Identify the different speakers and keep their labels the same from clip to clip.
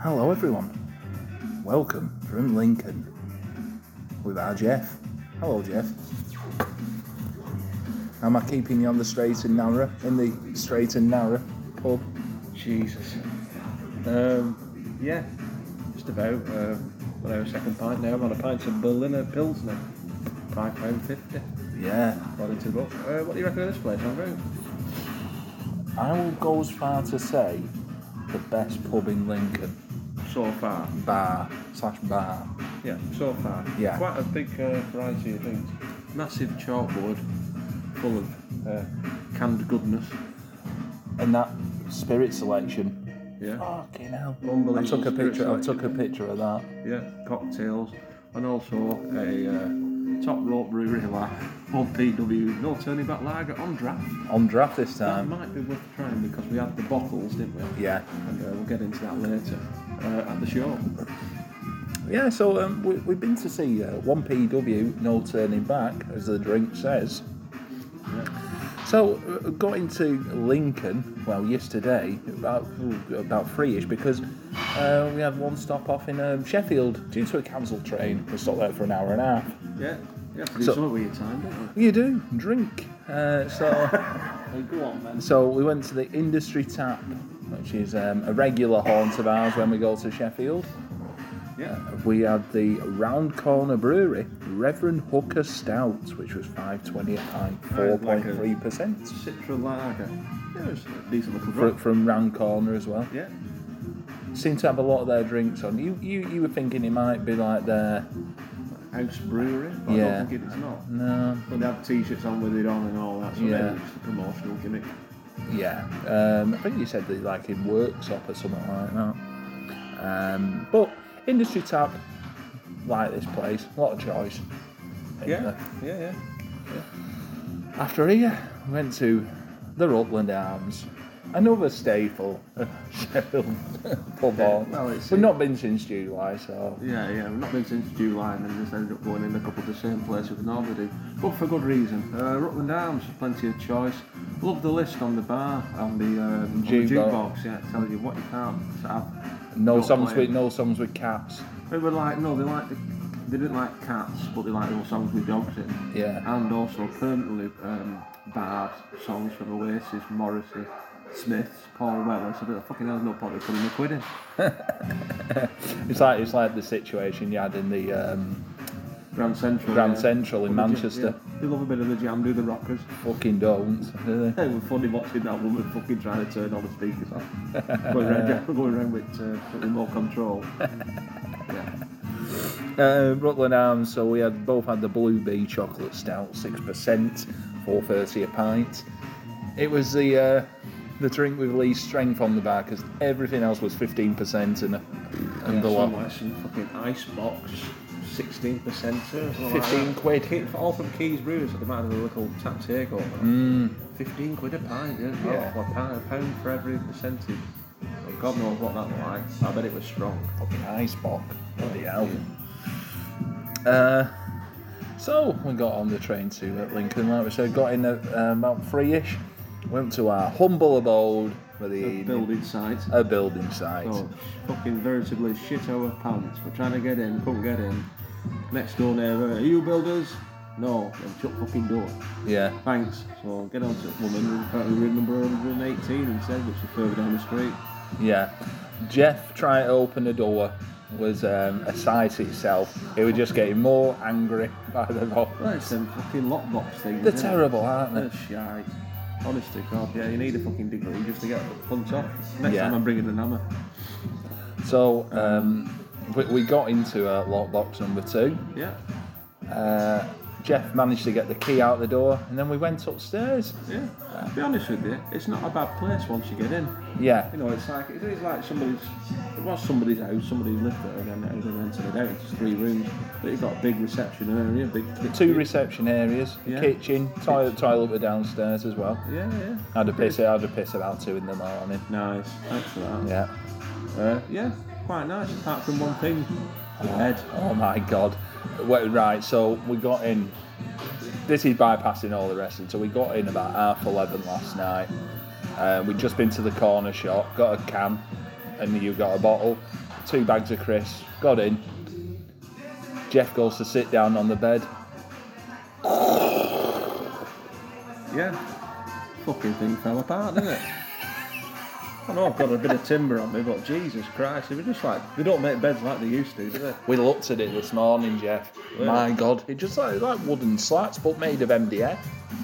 Speaker 1: Hello, everyone. Welcome from Lincoln with our Jeff. Hello, Jeff. Am I keeping you on the straight and narrow? In the straight and narrow pub?
Speaker 2: Jesus. Um, yeah, just about. Um, whatever second pint now. I'm on a pint of Berliner Pilsner. Five pound fifty.
Speaker 1: Yeah.
Speaker 2: According to the book. Uh, what do you reckon of this place, Andrew?
Speaker 1: I will go as far to say the best pub in Lincoln.
Speaker 2: So far.
Speaker 1: Bar slash bar.
Speaker 2: Yeah, so far.
Speaker 1: Yeah.
Speaker 2: Quite a big uh, variety of things. Massive chalkboard full of uh, canned goodness.
Speaker 1: And that spirit selection.
Speaker 2: Yeah,
Speaker 1: Fucking hell. I
Speaker 2: Unbelievable
Speaker 1: took a
Speaker 2: spirit
Speaker 1: picture I
Speaker 2: selection.
Speaker 1: took a picture of that.
Speaker 2: yeah, cocktails, and also a uh, top rope brewery lager, one PW, no turning back lager on draft.
Speaker 1: On draft this
Speaker 2: That
Speaker 1: time.
Speaker 2: might be worth trying because we had the bottles, didn't we?
Speaker 1: Yeah.
Speaker 2: And uh, we'll get into that later uh, at the show.
Speaker 1: Yeah, so um, we, we've been to see uh, 1PW, No Turning Back, as the drink says. So, uh, got into Lincoln, well, yesterday, about ooh, about three ish, because uh, we had one stop off in um, Sheffield due to a cancelled train. We stopped there for an hour and a half.
Speaker 2: Yeah, yeah, pretty
Speaker 1: So-
Speaker 2: so, similar with your time, didn't
Speaker 1: You do, drink. Uh, so.
Speaker 2: we? go on, man.
Speaker 1: So we went to the Industry Tap, which is um, a regular haunt of ours when we go to Sheffield.
Speaker 2: Yeah.
Speaker 1: We had the Round Corner Brewery Reverend Hooker Stout, which was 520 a pint,
Speaker 2: Oh, like a-
Speaker 1: 4.3%.
Speaker 2: Citra lager. Yeah, it's a decent little
Speaker 1: Fr-
Speaker 2: drop.
Speaker 1: From Round Corner as well.
Speaker 2: Yeah.
Speaker 1: Seem to have a lot of their drinks on. You you, you were thinking it might be like their.
Speaker 2: House brewery, but I
Speaker 1: Yeah.
Speaker 2: don't think it's not.
Speaker 1: No.
Speaker 2: But they have t-shirts on with it on and all that, so
Speaker 1: Yeah.
Speaker 2: maybe it's a promotional gimmick.
Speaker 1: Yeah, um, I think you said they like in workshop or something like that. Um, but industry tap, like this place, a lot of choice.
Speaker 2: yeah, yeah.
Speaker 1: After here, we went to the Rutland Arms, another staple of Sheffield pub.
Speaker 2: Yeah,
Speaker 1: hall.
Speaker 2: well, it's-
Speaker 1: We've not been since July, so
Speaker 2: Yeah, yeah, we've not been since July and then just ended up going in a couple of the same places we normally do. But for good reason. Uh, Rutland Arms, plenty of choice. Love the list on the bar and the, um, on the
Speaker 1: Jukebox.
Speaker 2: jukebox, yeah, it tells you what you can't have.
Speaker 1: no
Speaker 2: Not
Speaker 1: songs
Speaker 2: playing.
Speaker 1: with no songs with caps.
Speaker 2: They were like, no, they like the, they didn't like cats, but they like little songs with dogs in.
Speaker 1: Yeah,
Speaker 2: and also permanently um, barred songs from Oasis, Morrissey, Smiths, Paul Weller. So there fucking hell's no point in putting a quid in. Um,
Speaker 1: it's like it's like the situation you had in the um,
Speaker 2: Grand Central.
Speaker 1: Grand
Speaker 2: yeah.
Speaker 1: Central in
Speaker 2: But the
Speaker 1: Manchester.
Speaker 2: Jam- yeah. They love a bit of the jam, do the rockers.
Speaker 1: Fucking don't. do they?
Speaker 2: It was funny watching that woman fucking trying to turn all the speakers on. going around, going around with uh, remote control. yeah.
Speaker 1: Uh, Rutland Arms, so we had both had the Blue Bee chocolate stout, six percent, four thirty a pint. It was the uh, the drink with least strength on the bar because everything else was fifteen percent and and
Speaker 2: Yeah,
Speaker 1: below.
Speaker 2: somewhere, some fucking ice box, 16 percent,
Speaker 1: 15 quid.
Speaker 2: all from Keys Brewers at the man of the little tap takeover. 15 quid a pint, yeah.
Speaker 1: Mm. Yeah.
Speaker 2: Oh, a, pound, a pound for every percentage. Oh, God knows what that was like. I bet it was strong.
Speaker 1: Fucking ice box. Bloody hell. Uh, so we got on the train to uh, Lincoln, like we said, got in at um, about three ish, went to our humble abode for the
Speaker 2: The
Speaker 1: evening,
Speaker 2: building Oh. site.
Speaker 1: a building site.
Speaker 2: So, fucking veritably shit our pants. We're trying to get in, couldn't get in. Next door neighbour, are you builders? No, then shut fucking door.
Speaker 1: Yeah.
Speaker 2: Thanks. So get on to the woman who apparently room number 118 and said, which is further down the street.
Speaker 1: Yeah. Jeff trying to open the door was um, a sight itself. It was just getting more angry by the
Speaker 2: Well,
Speaker 1: moment.
Speaker 2: it's them fucking lockbox things.
Speaker 1: They're
Speaker 2: innit?
Speaker 1: terrible, aren't they?
Speaker 2: They're shite. Honest to God, yeah, you need a fucking degree just to get pumped off. Next
Speaker 1: Yeah.
Speaker 2: time I'm bringing an hammer.
Speaker 1: So um, we, we got into uh, lockbox number two.
Speaker 2: Yeah,
Speaker 1: Uh, Jeff managed to get the key out the door, and then we went upstairs.
Speaker 2: yeah. To be honest with you, it's not a bad place once you get in.
Speaker 1: Yeah,
Speaker 2: You know, it's like it is like somebody's. It was somebody's house. Somebody lived there and then it was rented it out. It's just three rooms, but it's got a big reception area, big kitchen.
Speaker 1: two reception areas,
Speaker 2: Yeah.
Speaker 1: kitchen, toilet, toilet were downstairs as well.
Speaker 2: Yeah, yeah.
Speaker 1: I had a piss. I had a piss about two in the morning.
Speaker 2: Nice. Thanks for that.
Speaker 1: Yeah.
Speaker 2: Uh, yeah, quite nice. Apart from one thing, the bed.
Speaker 1: Oh my god. Well, right, so we got in. This is bypassing all the rest. So we got in about half 11 last night. Uh, we'd just been to the corner shop, got a can, and you got a bottle. two bags of crisps, got in. Jeff goes to sit down on the bed.
Speaker 2: Yeah. Fucking thing fell apart, didn't it? I know I've got a bit of timber on me, but Jesus Christ, they were just like they don't make beds like they used to, do they?
Speaker 1: We looked at it this morning, Jeff. My God, it just like, like wooden slats, but made of MDF.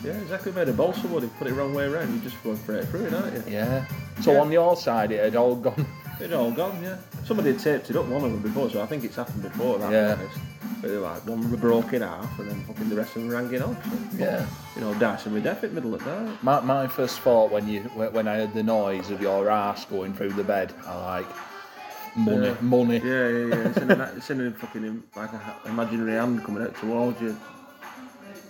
Speaker 2: Yeah, exactly. Made of balsa wood. If you put it the wrong way around, you just go straight through it, aren't you?
Speaker 1: Yeah. So
Speaker 2: Yeah.
Speaker 1: on your side, it had all gone.
Speaker 2: It's all gone, yeah. Somebody had taped it up one of them before, so I think it's happened before. That,
Speaker 1: Yeah.
Speaker 2: yeah. Honest. But they were like one were broke in half, and then fucking the rest of them rang it off. So,
Speaker 1: Yeah.
Speaker 2: You know, dicing with death at middle of night.
Speaker 1: My, my first thought when you when I heard the noise of your ass going through the bed, I like money,
Speaker 2: Yeah.
Speaker 1: money.
Speaker 2: Yeah, yeah, yeah. It's in a, it's in a fucking like a ha- imaginary hand coming out towards you,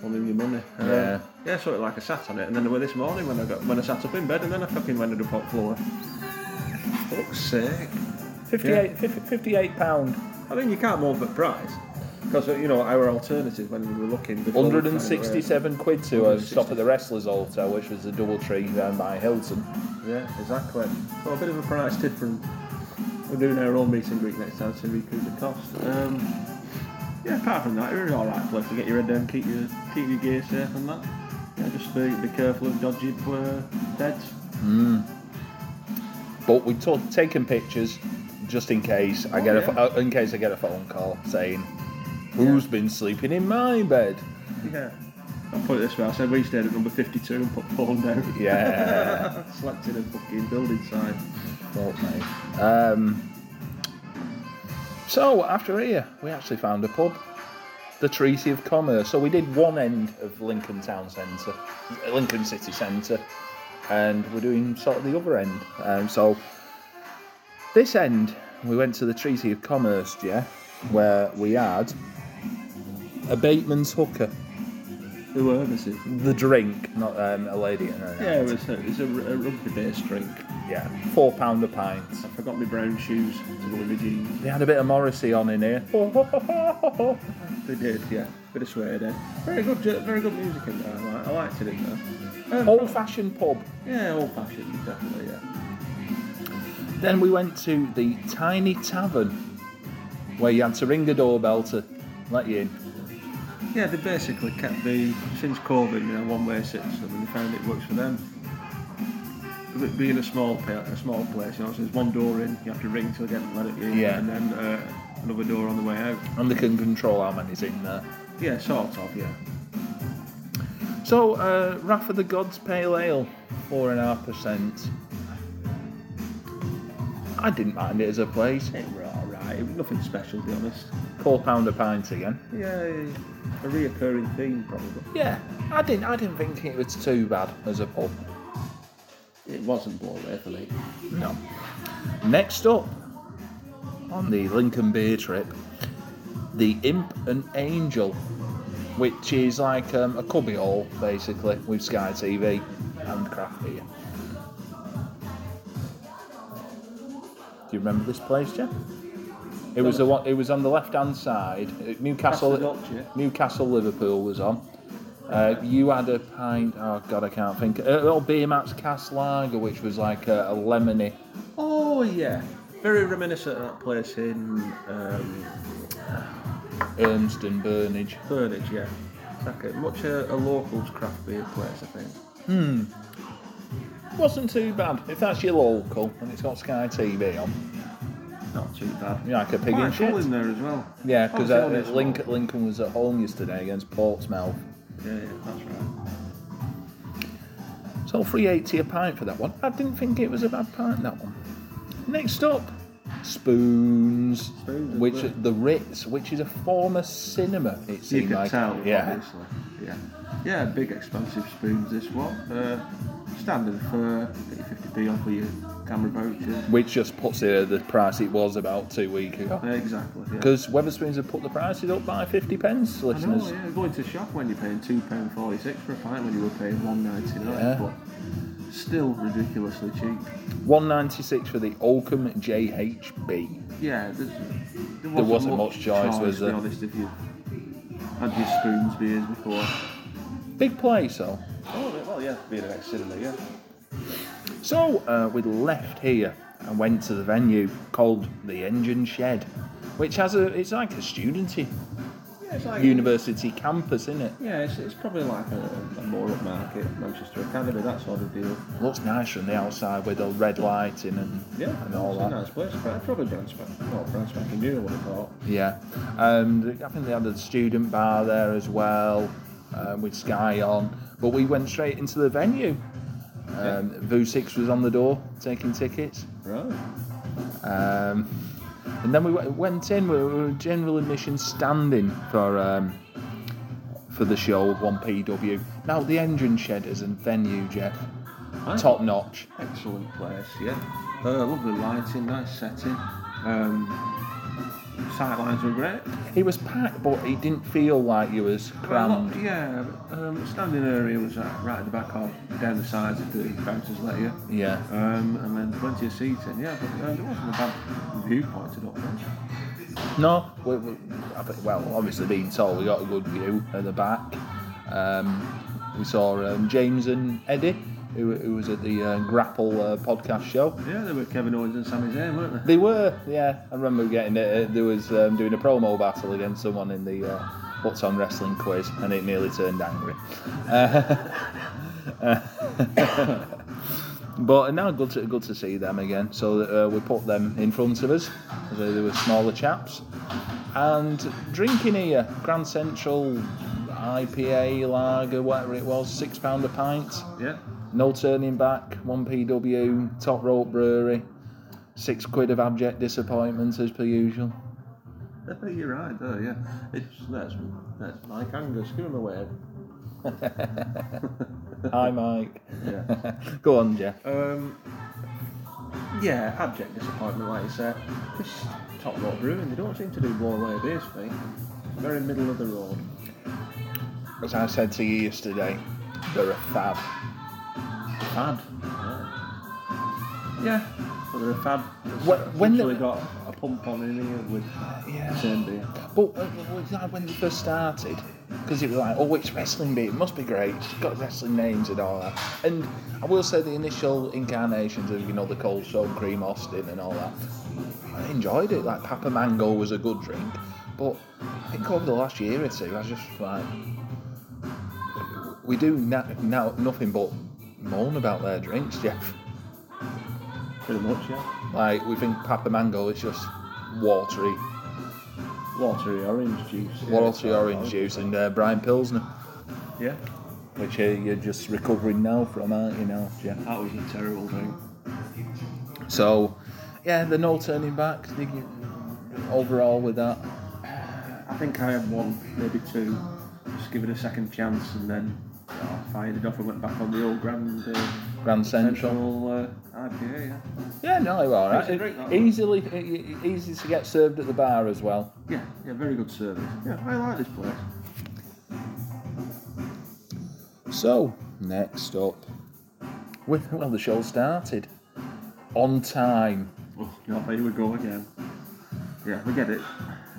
Speaker 2: holding your money. Um,
Speaker 1: Yeah.
Speaker 2: Yeah, sort of like I sat on it, and then there were this morning when I got when I sat up in bed, and then I fucking went to the pot floor. Fuck's sake!
Speaker 1: 58, fif- 58 pound,
Speaker 2: I mean, you can't move at price because you know our alternative when we were looking. before we found where-
Speaker 1: 167 quid to a
Speaker 2: 160.
Speaker 1: stop at the Wrestlers Altar, which was a double tree down by Hilton.
Speaker 2: Yeah, exactly. Well, a bit of a price difference. We're doing our own meet and greet next time to recoup the cost. Um, yeah, apart from that, you're in an alright place to get your head down, keep your keep your gear safe and that. Yeah, just be, be careful of dodgy uh, deads.
Speaker 1: But we took taken pictures just in case I
Speaker 2: Oh,
Speaker 1: get a
Speaker 2: yeah.
Speaker 1: pho- uh, in case I get a phone call saying, "Who's been sleeping in my bed?"
Speaker 2: Yeah. I'll put it this way, I said we stayed at number 52 and put phone down.
Speaker 1: Yeah.
Speaker 2: Slept in a fucking building site.
Speaker 1: Well, mate. Um, so after here, we actually found a pub, the Treaty of Commerce. So we did one end of Lincoln Town Centre, Lincoln City Centre, and we're doing sort of the other end. Um, so this end, we went to the Treaty of Commerce, yeah, where we had a Bateman's hooker,
Speaker 2: Who were missing?
Speaker 1: the drink, not um, a lady. and her
Speaker 2: Yeah, it
Speaker 1: aunt.
Speaker 2: was a, it was a, a rugby based drink.
Speaker 1: yeah, four pound a pint.
Speaker 2: I forgot my brown shoes to go with my jeans.
Speaker 1: They had a bit of Morrissey on in here.
Speaker 2: They did, yeah. Bit of swear then. Very good, ju- very good music in there. I, like, I liked it in there. Um,
Speaker 1: old fashioned pub.
Speaker 2: yeah, old fashioned, definitely. Yeah.
Speaker 1: Then we went to the tiny tavern where you had to ring the doorbell to let you in.
Speaker 2: Yeah, they basically kept the since COVID, you know, one way system, and they found it works for them. With it Being a small pa- a small place, you know, so there's one door in, you have to ring till they get let it in,
Speaker 1: Yeah.
Speaker 2: and then uh, another door on the way out.
Speaker 1: And they can control how many's in there.
Speaker 2: Yeah, sort of, yeah.
Speaker 1: So, uh, Wrath of the Gods Pale Ale, 4.5%. I didn't mind it as a place.
Speaker 2: It were all right. It was nothing special, to be honest.
Speaker 1: £4 a pint again.
Speaker 2: Yeah, a reoccurring theme probably.
Speaker 1: Yeah, I didn't, I didn't think it was too bad as a pub.
Speaker 2: It wasn't blown away for me.
Speaker 1: No. Next up on the Lincoln beer trip, the Imp and Angel, which is like um, a cubbyhole basically with Sky TV and craft beer. Do you remember this place, Jeff? It was the one. It was on the left-hand side. Uh, Newcastle,
Speaker 2: Past the Dutch, yeah.
Speaker 1: Newcastle, Liverpool was on. Uh, you had a pint. Oh God, I can't think. A little beer Max Cass Lager, which was like a, a lemony.
Speaker 2: Oh yeah, very reminiscent of that place in um,
Speaker 1: Ernst and Burnage.
Speaker 2: Burnage, yeah. Exactly. Much a, a locals craft beer place, I think.
Speaker 1: Wasn't too bad. If that's your local and it's got Sky TV on,
Speaker 2: Not too bad.
Speaker 1: you're like a pig in
Speaker 2: Quite cool
Speaker 1: shit.
Speaker 2: in there as well.
Speaker 1: Yeah, because
Speaker 2: That was the
Speaker 1: uh,
Speaker 2: only
Speaker 1: Lincoln, Lincoln was at home yesterday against Portsmouth.
Speaker 2: small- Yeah, yeah, that's right.
Speaker 1: So 380 a pint for that one. I didn't think it was a bad pint that one. Next up, Spoons,
Speaker 2: Spoons,
Speaker 1: which
Speaker 2: isn't it?
Speaker 1: the Ritz, which is a former cinema. It seemed
Speaker 2: You could
Speaker 1: like
Speaker 2: tell,
Speaker 1: yeah,
Speaker 2: obviously. Yeah. Yeah, big expensive spoons this one. Uh, standard for get your 50p off with your camera voucher.
Speaker 1: which just puts it at the price it was about two weeks ago.
Speaker 2: Yeah, Uh, exactly. Yeah.
Speaker 1: Because Weatherspoons have put the prices up by 50 pence,
Speaker 2: I know,
Speaker 1: listeners.
Speaker 2: yeah, going to shop when you're paying two pound forty six for a pint when you were paying one ninety nine,
Speaker 1: Yeah.
Speaker 2: but still ridiculously cheap.
Speaker 1: 196 for the Oakham JHB.
Speaker 2: Yeah, there's, there, wasn't
Speaker 1: wasn't much choice, was
Speaker 2: to
Speaker 1: there?
Speaker 2: Be honest, if you had your spoons beers before.
Speaker 1: Big place, though.
Speaker 2: Oh well, yeah, being an ex cinema, yeah.
Speaker 1: So uh, we left here and went to the venue called the Engine Shed, which has a it's like a studenty
Speaker 2: Yeah, it's like
Speaker 1: university campus, isn't it?
Speaker 2: Yeah, it's, it's probably like a, a more upmarket Manchester Academy, that sort of deal.
Speaker 1: Looks nice from the outside with the red lighting and
Speaker 2: Yeah,
Speaker 1: and all
Speaker 2: it's
Speaker 1: that.
Speaker 2: a nice place. But probably brand spanking, not brand spanking new, I would have thought.
Speaker 1: Yeah, um, I think they had a student bar there as well um, with Sky on. But we went straight into the venue. Um, Vu6 was on the door taking tickets.
Speaker 2: Right.
Speaker 1: Um, and then we w- went in. We were general admission standing for um, for the show 1PW. Now the engine shed is a venue, Jeff.
Speaker 2: Aye.
Speaker 1: Top notch.
Speaker 2: Excellent place, yeah. Uh, lovely lighting, nice setting. Um, sight lines were great.
Speaker 1: It was packed, but it didn't feel like you was
Speaker 2: Well,
Speaker 1: crammed.
Speaker 2: yeah, um, standing area was uh, right at the back of, down the sides of the benches let you.
Speaker 1: Yeah.
Speaker 2: Um, and then plenty of seating, yeah, but uh, there wasn't a bad viewpoint at all.
Speaker 1: No, we, we, I think- well, obviously being told we got a good view at the back. Um, we saw um, James and Eddie, who, who was at the uh, Grapple uh, podcast show.
Speaker 2: Yeah, there were Kevin Owens and Sami Zayn, weren't they?
Speaker 1: They were, yeah. I remember getting it. uh, There was um, doing a promo battle against someone in the uh, What's on Wrestling quiz, and it nearly turned angry. Uh, but now good to good to see them again. So uh, we put them in front of us. They, they were smaller chaps, and drinking here, Grand Central IPA lager, whatever it was, six pound a pint.
Speaker 2: Yeah.
Speaker 1: No turning back. One PW. Top rope brewery. Six quid of abject disappointment as per usual.
Speaker 2: I think you're right, though, yeah. It's, that's, that's Mike Angus, give him a wave.
Speaker 1: Hi, Mike.
Speaker 2: Yeah.
Speaker 1: Go on, Jeff.
Speaker 2: Um, yeah, abject disappointment, like you said. This top rope brewing, they don't seem to do more way beers for me. Very middle of the road.
Speaker 1: As I said to you yesterday, they're a fab.
Speaker 2: Fad. Yeah, but they're a fad. that's
Speaker 1: Wh- when
Speaker 2: essentially
Speaker 1: the-
Speaker 2: got a pump on in here with
Speaker 1: Yeah.
Speaker 2: same beer.
Speaker 1: But uh, was that when they first started, because it was like, oh, it's wrestling beer. It must be great. It's got wrestling names and all that. And I will say the initial incarnations of you know the cold stone cream Austin and all that. I enjoyed it. Like Papa Mango was a good drink, but I think over the last year or two, I was just like, we do na- now nothing but moan about their drinks, Jeff.
Speaker 2: Pretty much, yeah.
Speaker 1: Like we think Papa Mango is just watery,
Speaker 2: Watery orange juice. yeah.
Speaker 1: watery orange juice and uh, Brian Pilsner.
Speaker 2: Yeah.
Speaker 1: which uh, you're just recovering now from, aren't you now? Yeah.
Speaker 2: That was a terrible drink.
Speaker 1: So, yeah, the no turning back. Did you, overall, with that,
Speaker 2: I think I had one, maybe two. Just give it a second chance and then oh, fired it off and went back on the old grand uh,
Speaker 1: Grand Central.
Speaker 2: Central uh, IPA, yeah.
Speaker 1: Yeah, no, it was all right.
Speaker 2: Easy drink, that one.
Speaker 1: easily, e- e- easy to get served at the bar as well.
Speaker 2: Yeah, yeah, very good service. Yeah, I like this place.
Speaker 1: So, next up, with well, the show started on time.
Speaker 2: Oh, God, here we go again. Yeah, we get it.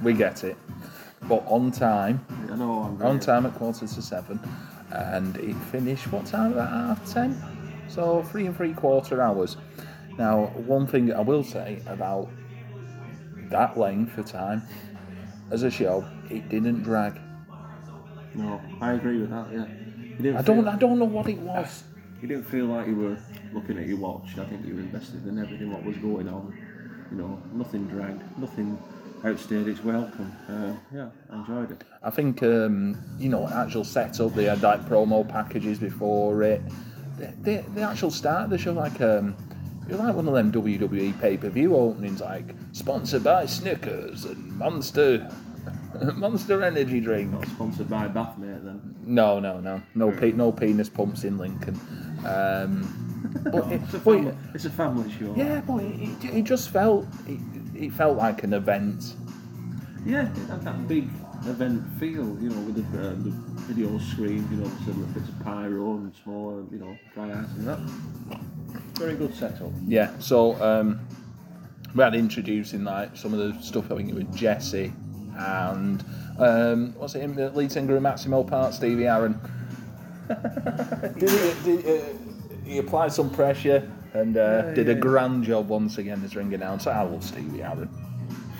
Speaker 1: We get it, but on time,
Speaker 2: I know I'm
Speaker 1: on
Speaker 2: right.
Speaker 1: time at quarter to seven, and it finished what time? About half ten, so three and three quarter hours. Now, one thing I will say about that length of time as a show, it didn't drag.
Speaker 2: No, I agree with that. Yeah, you didn't
Speaker 1: I don't,
Speaker 2: Feel,
Speaker 1: I don't know what it was.
Speaker 2: you didn't feel like you were looking at your watch. I think you were invested in everything what was going on. You know, nothing dragged, nothing outstayed its welcome. Uh, yeah, I enjoyed it.
Speaker 1: I think um, you know actual setup. They had like promo packages before it. The, the, the actual start of the show, like um, you're like one of them WWE pay per view openings, like sponsored by Snickers and Monster, Monster Energy drink.
Speaker 2: Not sponsored by Bathmate then.
Speaker 1: No, no, no, no,
Speaker 2: Hmm.
Speaker 1: pe- no penis pumps in Lincoln. Um, but it,
Speaker 2: It's a
Speaker 1: but-
Speaker 2: family, it's a family show.
Speaker 1: yeah, but it, it, it just felt it, it felt like an event.
Speaker 2: Yeah, it had that big event feel, you know, with the, uh, the video screen, you know, some bits of pyro and small, you know, dry ice and that. Very good setup.
Speaker 1: Yeah, so um, we had introducing like some of the stuff I think it was Jesse and um, what's it him the lead singer of Maximo Part Stevie Aaron. did he, did, uh, he applied some pressure and uh,
Speaker 2: Yeah,
Speaker 1: did a
Speaker 2: yeah.
Speaker 1: grand job once again as ring announcer. I love Stevie Aaron.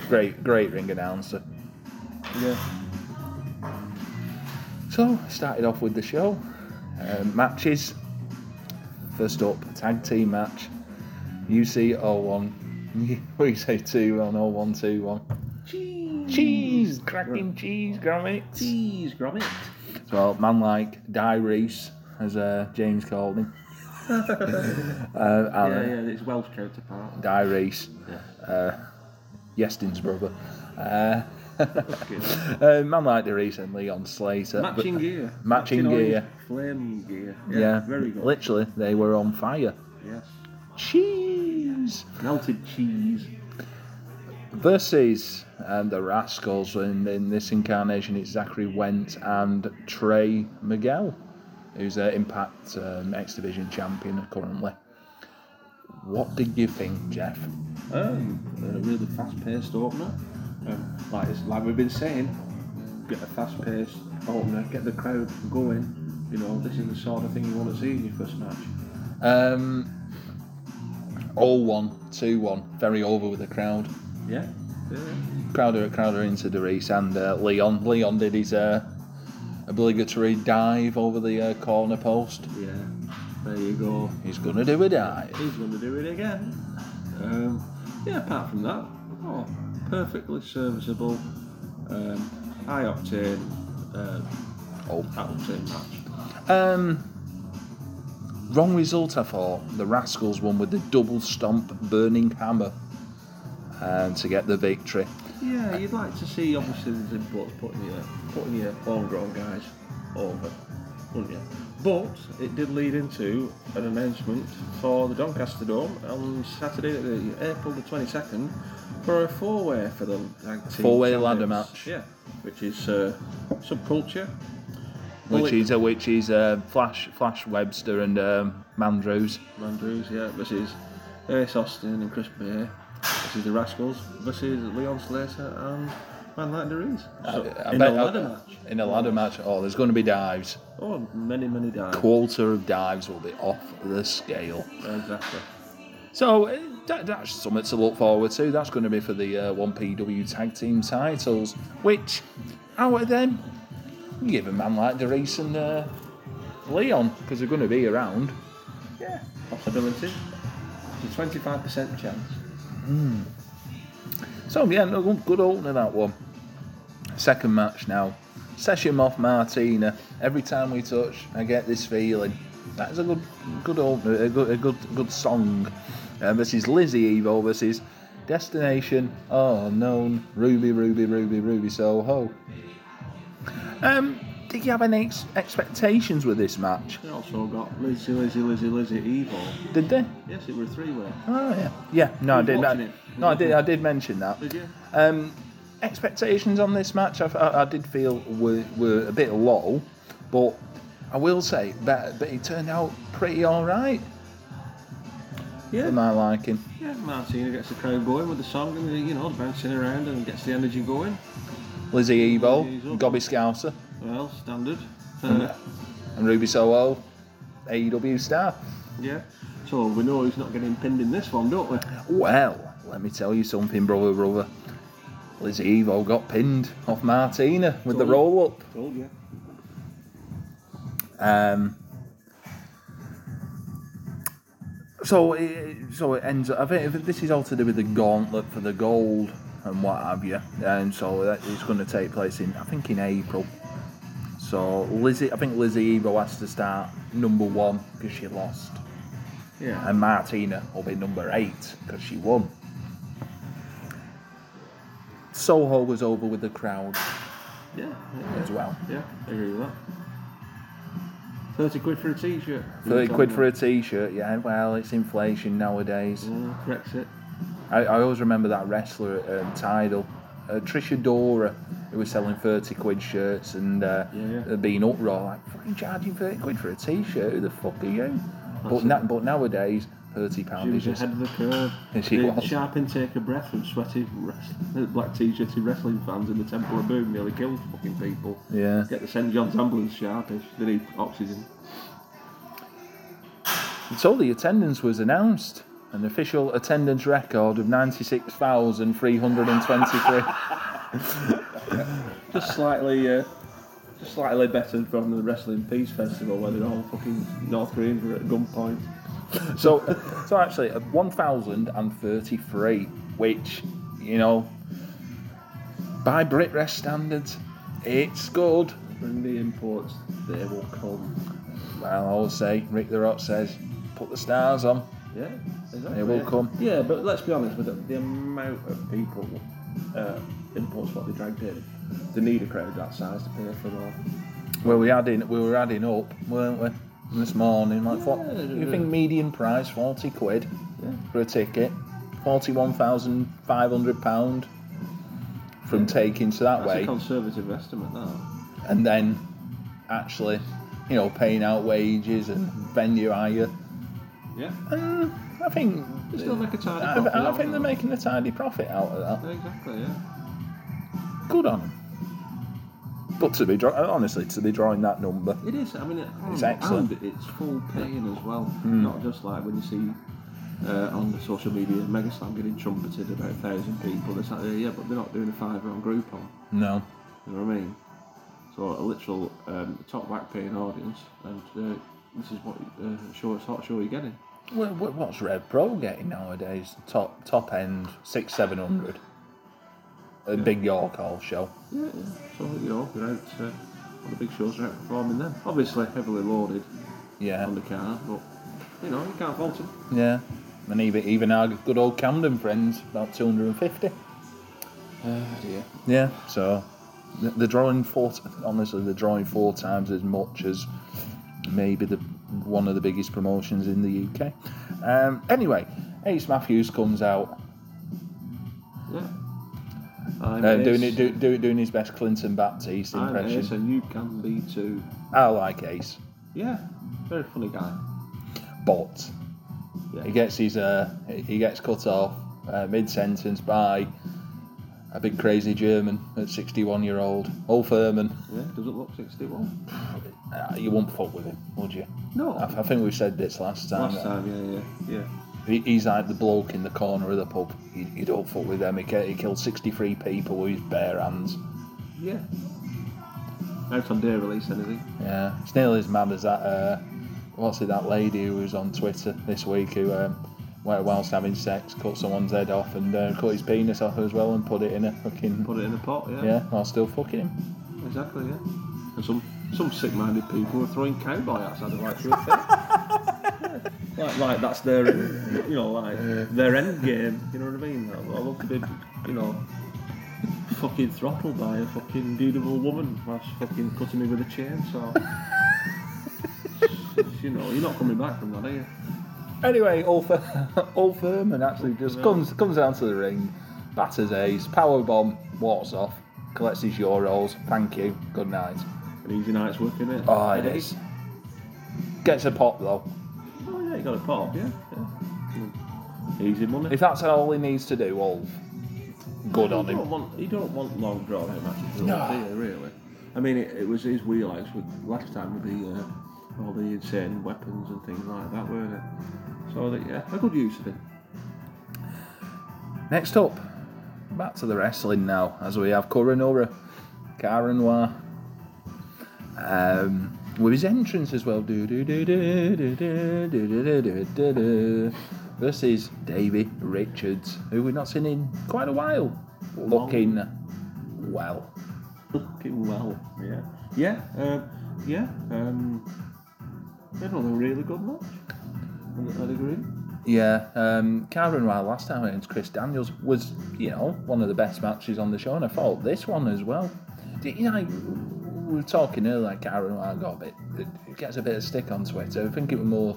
Speaker 1: Great, great ring announcer.
Speaker 2: Yeah.
Speaker 1: So, started off with the show. Uh, matches. First up, tag team match. UC 01. We say 2 on 01 2 1.
Speaker 2: Cheese.
Speaker 1: Cheese! Cracking cheese, Gromit.
Speaker 2: Cheese, grommet.
Speaker 1: So, man like Di Reese, as uh, James called him. uh,
Speaker 2: Yeah,
Speaker 1: and
Speaker 2: yeah, it's Welsh counterpart.
Speaker 1: Di Reese,
Speaker 2: Yeah.
Speaker 1: Yestin's brother. Uh,
Speaker 2: Good.
Speaker 1: uh, man like Di Reese and Leon Slater. but-
Speaker 2: Matching gear.
Speaker 1: Matching
Speaker 2: orange
Speaker 1: gear.
Speaker 2: Flame gear. Yeah,
Speaker 1: Yeah,
Speaker 2: Very good.
Speaker 1: literally, they were on fire.
Speaker 2: Yes.
Speaker 1: Cheese!
Speaker 2: Melted cheese.
Speaker 1: versus um, the Rascals and in this incarnation it's Zachary Wentz and Trey Miguel who's an Impact um, X Division champion currently what did you think Jeff
Speaker 2: Um, a really fast-paced opener. Um, like it's, like we've been saying, get a fast-paced opener, get the crowd going. You know, this is the sort of thing you want to see in your first match.
Speaker 1: um, 0-1 2-1 very over with the crowd
Speaker 2: Yeah. Yeah.
Speaker 1: Crowder Crowder into the race and uh, Leon Leon did his uh, obligatory dive over the uh, corner post
Speaker 2: Yeah. There you go.
Speaker 1: he's gonna do a dive
Speaker 2: He's going to do it again. Um, yeah, apart from that, oh, perfectly serviceable, um, high octane, uh,
Speaker 1: oh
Speaker 2: high octane match.
Speaker 1: Um, wrong result, I thought. The Rascals won with the double stomp burning hammer and to get the victory.
Speaker 2: Yeah, you'd like to see obviously the inputs putting your putting your homegrown guys over, wouldn't you? But it did lead into an announcement for the Doncaster Dome on Saturday, the, April the twenty second, for a four way for the tag team
Speaker 1: Four-way ladder
Speaker 2: champions.
Speaker 1: match.
Speaker 2: Yeah, which is uh, subculture.
Speaker 1: Which is uh, which is uh, Flash Flash Webster and um, Mandrews.
Speaker 2: Andrews, yeah, versus Ace Austin and Chris Bay versus the Rascals versus Leon Slater and Man Like Darius. So,
Speaker 1: I
Speaker 2: in
Speaker 1: bet-
Speaker 2: a ladder match.
Speaker 1: In a ladder match, oh, there's going to be dives.
Speaker 2: Oh, many, many dives.
Speaker 1: Quarter of dives will be off the scale.
Speaker 2: Exactly.
Speaker 1: So eh, that, that's something to look forward to. That's going to be for the uh, 1PW tag team titles, which, out of them, you give a man like Darius and uh, Leon, because they're going to be around.
Speaker 2: Yeah. Possibility. It's a 25% chance.
Speaker 1: So, yeah, no, good- good opener that one. Second match now. Session off Martina. Every time we touch, I get this feeling. That's a good, good opener, a good, a good, good song. Uh, this is Lizzie Evo versus Destination Unknown Ruby, Ruby, Ruby, Ruby Soho. Um, did you have any ex- expectations with this match?
Speaker 2: They also got Lizzie, Lizzie, Lizzie, Lizzie, Evil.
Speaker 1: Did they?
Speaker 2: Yes, it were a three-way.
Speaker 1: Oh yeah, yeah. No, I
Speaker 2: Who's
Speaker 1: did.
Speaker 2: watching
Speaker 1: I,
Speaker 2: it?
Speaker 1: no, I did. I did mention that.
Speaker 2: Did you?
Speaker 1: Um, expectations on this match, I, I, I did feel were, were a bit low, but I will say that, but it turned out pretty all right for
Speaker 2: Yeah.
Speaker 1: my liking.
Speaker 2: Yeah, Martina gets the crowd going with the song and, the, you know, bouncing around and gets the energy going.
Speaker 1: Lizzie
Speaker 2: Lizzie
Speaker 1: Evo,
Speaker 2: Evo.
Speaker 1: Gobby Scouser,
Speaker 2: Well, standard. Uh,
Speaker 1: and Ruby Soho, AEW star.
Speaker 2: Yeah. So we know he's not getting pinned in this one, don't we?
Speaker 1: Well, let me tell you something, brother, brother. Lizzie Evo got pinned off Martina with the
Speaker 2: Told you.
Speaker 1: roll up.
Speaker 2: Told you.
Speaker 1: Um, so it, so it ends. I think this is all to do with the gauntlet for the gold and what have you. And so that it's going to take place in I think in April. So Lizzie, I think Lizzie Evo has to start number one because she lost,
Speaker 2: Yeah.
Speaker 1: and Martina will be number eight because she won. Soho was over with the crowd
Speaker 2: yeah.
Speaker 1: as well.
Speaker 2: Yeah. I agree with that. Thirty quid for a t-shirt.
Speaker 1: Thirty quid for a t-shirt, yeah. Well, it's inflation nowadays.
Speaker 2: Yeah, Brexit.
Speaker 1: I, I always remember that wrestler at um, Tidal, uh, Trisha Dora, who was selling 30 quid shirts and uh,
Speaker 2: Yeah, yeah.
Speaker 1: uh, being uproar, like, fucking charging 30 quid for a t shirt, who the fuck are you? But,
Speaker 2: That's
Speaker 1: na- but nowadays, 30
Speaker 2: She
Speaker 1: pounds
Speaker 2: was
Speaker 1: is just.
Speaker 2: ahead of the curve.
Speaker 1: Yes, she
Speaker 2: the
Speaker 1: was.
Speaker 2: sharp intake of breath from sweaty wrestling, black t-shirted wrestling fans in the Temple of Boom nearly killed fucking people.
Speaker 1: Yeah.
Speaker 2: Get the St John's ambulance sharpish. They need oxygen.
Speaker 1: So the attendance was announced. An official attendance record of 96,323.
Speaker 2: Just slightly, uh, just slightly better from the Wrestling Peace Festival where they're all fucking North Koreans were at gunpoint.
Speaker 1: so, so actually, uh, 1,033, which, you know, by Brit rest standards, it's good.
Speaker 2: Bring the imports, they will come.
Speaker 1: Well, I always say, Rick the Rock says, put the stars on.
Speaker 2: Yeah, exactly.
Speaker 1: They will come.
Speaker 2: Yeah, but let's be honest with them. The amount of people uh, imports what they dragged in, they need a crowd that size to pay for them all.
Speaker 1: Well, we adding, we were adding up, weren't we? This morning, like, what?
Speaker 2: Yeah,
Speaker 1: You
Speaker 2: yeah.
Speaker 1: think median price, 40 quid
Speaker 2: Yeah.
Speaker 1: for a ticket, £41,500 from taking to that
Speaker 2: That's a
Speaker 1: way,
Speaker 2: conservative estimate, that.
Speaker 1: and then actually, you know, paying out wages and venue hire.
Speaker 2: Yeah.
Speaker 1: And I think.
Speaker 2: They still make a tidy
Speaker 1: I,
Speaker 2: profit
Speaker 1: I
Speaker 2: out
Speaker 1: think
Speaker 2: of
Speaker 1: they're
Speaker 2: that.
Speaker 1: making a tidy profit out of that.
Speaker 2: Exactly, yeah.
Speaker 1: Good on 'em. But to be draw- honestly, to be drawing that number,
Speaker 2: It is. I mean, it,
Speaker 1: It's
Speaker 2: and-
Speaker 1: excellent. Hmm.
Speaker 2: And it's full paying as well. Not just like when you see uh, on the social media Mega Slam getting trumpeted about a thousand people. It's like, yeah, but they're not doing a five round group on.
Speaker 1: no.
Speaker 2: You know what I mean? So a literal um, top back paying audience, and uh, this is what uh, show it's hot show you're getting.
Speaker 1: Well, wh- what's Red Pro getting nowadays? Top top end six seven hundred. A big York Hall show.
Speaker 2: Yeah, yeah. So you know they're out uh, on the big shows, they're out performing them. Obviously heavily loaded
Speaker 1: Yeah,
Speaker 2: on the car, but you know you can't fault them.
Speaker 1: yeah. And even even our good old Camden friends, about two hundred and fifty. Ah,
Speaker 2: Yeah.
Speaker 1: Yeah. So th- they're drawing four. T- honestly, they're drawing four times as much as maybe the one of the biggest promotions in the UK. Um, anyway, Ace Matthews comes out
Speaker 2: Yeah. I'm
Speaker 1: uh, doing,
Speaker 2: Ace.
Speaker 1: it, do, do, doing his best Clinton Baptiste
Speaker 2: I'm Ace,
Speaker 1: impression.
Speaker 2: and you can be too.
Speaker 1: I like Ace,
Speaker 2: Yeah, very funny guy.
Speaker 1: but
Speaker 2: Yeah.
Speaker 1: he gets his uh, he gets cut off uh, mid sentence by a big crazy German at 61 year old Ulf Herman.
Speaker 2: Yeah, doesn't look 61.
Speaker 1: Uh, you won't fuck with him, would you?
Speaker 2: No.
Speaker 1: I, I think we said this last time.
Speaker 2: Last time, yeah, yeah, yeah.
Speaker 1: He, he's like the bloke in the corner of the pub. You, you don't fuck with him. He, ki- he killed 63 people with his bare hands.
Speaker 2: Yeah. Out on day release, anything.
Speaker 1: Yeah, it's nearly as mad as that. Uh, what's it? That lady who was on Twitter this week who, um, wh- whilst having sex, cut someone's head off and uh, cut his penis off as well and put it in a fucking
Speaker 2: Put it in a pot, yeah.
Speaker 1: yeah, while still fucking him.
Speaker 2: Exactly, yeah. And some some sick-minded people are throwing cowboy hats at the white shirt. yeah. Like, like that's their, you know, like their end game. You know what I mean? I love to be, you know, fucking throttled by a fucking beautiful woman whilst fucking cutting me with a chainsaw. you know, you're not coming back from that, are you?
Speaker 1: Anyway, Ulf, Ulf Herman actually just comes comes down to the ring, batters Ace, power bomb, walks off, collects his euros. Thank you. Good night.
Speaker 2: An easy night's work, isn't it?
Speaker 1: Oh, it is. Gets a pop though.
Speaker 2: Oh yeah, you got a pop, yeah. yeah. Easy money.
Speaker 1: If that's all he needs to do, Ulf, good on
Speaker 2: You
Speaker 1: him.
Speaker 2: don't want, you don't want long drawn out matches, do
Speaker 1: No.
Speaker 2: you, really? I mean, it, it was his wheelhouse with, last time with the uh, all the insane weapons and things like that, weren't it? So, that, yeah, a good use of it.
Speaker 1: Next up, back to the wrestling now, as we have Coronora, Karen Noir. Um, with his entrance as well, do do do do do do do do do do do versus Davy Richards, who we've not seen in quite a while, looking well.
Speaker 2: Looking well, yeah. Yeah, um, yeah. Um, they had another really good match. I'd- I'd agree.
Speaker 1: Yeah, um, Karen Noir last time against Chris Daniels was, you know, one of the best matches on the show, and I thought this one as well. Do You know, we were talking earlier, like Karen Noir got a bit, it gets a bit of stick on Twitter. I think it was more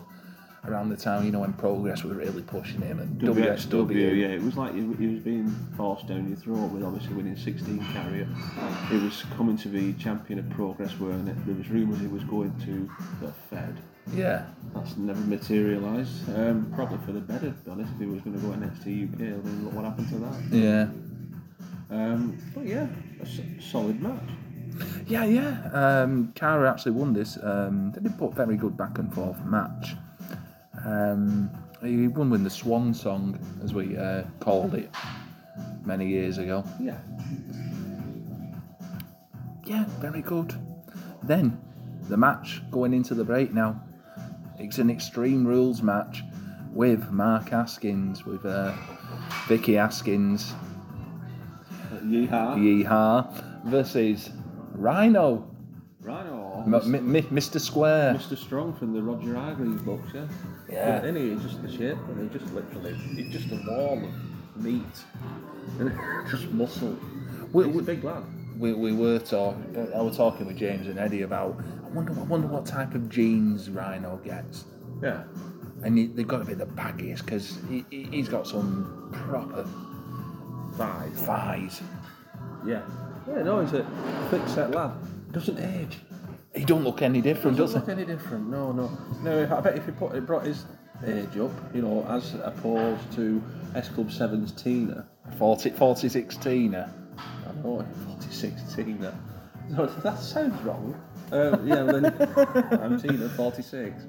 Speaker 1: around the time, you know, when Progress were really pushing him and WXW.
Speaker 2: yeah. It was like he, he was being forced down your throat with obviously winning 16 carrier. He was coming to be champion of progress, weren't it? There was rumours he was going to the Fed.
Speaker 1: Yeah,
Speaker 2: That's never materialised. Um, probably for the better, to be honest. If he was going to go NXT UK, I mean, look what happened to that.
Speaker 1: yeah.
Speaker 2: Um, but yeah, a s- solid match.
Speaker 1: Yeah, yeah. Um, Kara actually won this. Um, they did put very good back and forth match. Um, he won with the Swan Song, as we uh, called it many years ago.
Speaker 2: Yeah.
Speaker 1: Yeah, very good. Then, the match going into the break now. It's an Extreme Rules match with Mark Askins, with uh, Vicky Askins,
Speaker 2: Yeehaw.
Speaker 1: Yeehaw, versus Rhino,
Speaker 2: Rhino.
Speaker 1: M- M- M- Mr. Square.
Speaker 2: Mr. Strong from the Roger Hargreaves books, yeah.
Speaker 1: Yeah.
Speaker 2: And he was just the shape, and he just literally, he's just a wall of meat, and just muscle.
Speaker 1: We,
Speaker 2: he's a
Speaker 1: we,
Speaker 2: big lad.
Speaker 1: we, we were talking, I was talking with James and Eddie about, I wonder, I wonder what type of jeans Rhino gets.
Speaker 2: Yeah.
Speaker 1: And he, they've got to be the baggiest because he, he- he's got some proper
Speaker 2: Thighs.
Speaker 1: thighs.
Speaker 2: Yeah. Yeah. No, he's a thick set lad. Doesn't age.
Speaker 1: He don't look any different, does
Speaker 2: Doesn't
Speaker 1: he?
Speaker 2: look any different. No, no. No, I bet if he put, he brought his age up, you know, as opposed to S Club 7's Tina,
Speaker 1: 40, 40 16er.
Speaker 2: I know, 46 Tina. No, that sounds wrong. Um, yeah, then I'm Tina, 46.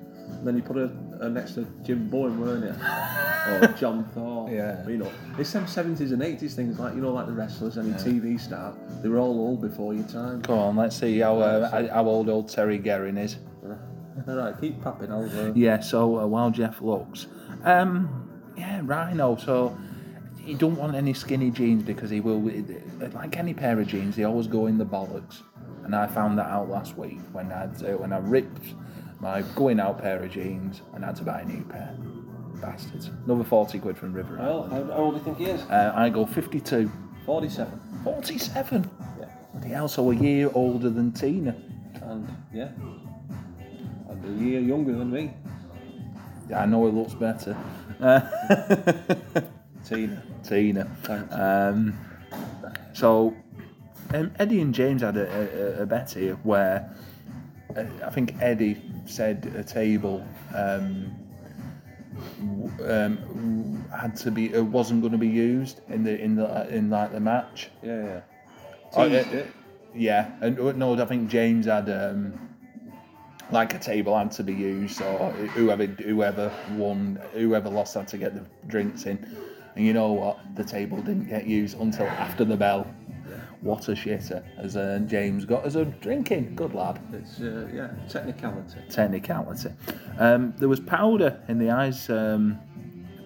Speaker 2: Then you put her, her next to Jim Boyne, weren't you? Or John Thorpe.
Speaker 1: Yeah.
Speaker 2: You know, it's them 70s and 80s things, like, you know, like the wrestlers, any TV star, they were all old before your time.
Speaker 1: Come on, let's see how uh, how old old Terry Guerin is.
Speaker 2: all right, keep papping over.
Speaker 1: Yeah, so uh, while Jeff looks. Um, yeah, Rhino, so you don't want any skinny jeans because he will, like any pair of jeans, they always go in the bollocks. And I found that out last week when I uh, when I ripped my going out pair of jeans and had to buy a new pair. Bastards. Another 40 quid from River Island.
Speaker 2: Well, how how old do you think he is?
Speaker 1: Uh, I go 52.
Speaker 2: 47.
Speaker 1: 47?
Speaker 2: Yeah.
Speaker 1: Bloody hell, so a year older than Tina.
Speaker 2: And yeah, and a year younger than me,
Speaker 1: I know it looks better.
Speaker 2: Tina.
Speaker 1: Tina.
Speaker 2: Thanks.
Speaker 1: Um, so, um, Eddie and James had a, a, a bet here where uh, I think Eddie said a table um, w- um, had to be uh, wasn't going to be used in the in the in like the match.
Speaker 2: Yeah,
Speaker 1: Oh,
Speaker 2: yeah.
Speaker 1: yeah.
Speaker 2: Teased it.
Speaker 1: Yeah, and uh, no, I think James had um, like a table had to be used, or whoever whoever won, whoever lost had to get the drinks in. And you know what? The table didn't get used until after the bell. What a shitter! As uh, James got as a drinking, good lad.
Speaker 2: It's uh, yeah, technicality.
Speaker 1: Technicality. Um, there was powder in the eyes, um,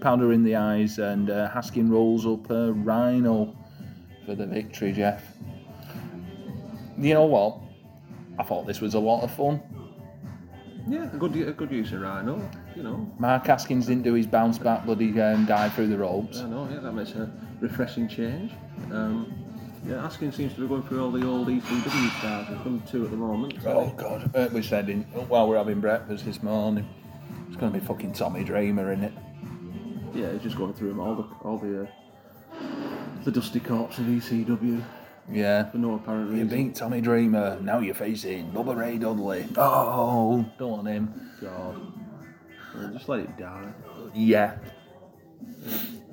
Speaker 1: powder in the eyes, and uh, Haskin rolls up uh, Rhino for the victory, Jeff. You know what? I thought this was a lot of fun.
Speaker 2: Yeah, a good a good use of Rhino. You know,
Speaker 1: Mark Haskins didn't do his bounce back, bloody um, dive through the ropes.
Speaker 2: I know. Yeah, that makes a refreshing change. Um, yeah, Askin seems to be going through all the old E ECW stars. There's come two at the moment.
Speaker 1: Oh God! Uh, we said in, while we're having breakfast this morning, it's going to be fucking Tommy Dreamer in it.
Speaker 2: Yeah, he's just going through them all the all the uh, the dusty corpse of ECW
Speaker 1: Yeah.
Speaker 2: for no apparent
Speaker 1: You
Speaker 2: reason.
Speaker 1: beat Tommy Dreamer. Now you're facing Bubba Ray Dudley. Oh, don't want him.
Speaker 2: God, Yeah, just let it die.
Speaker 1: Yeah.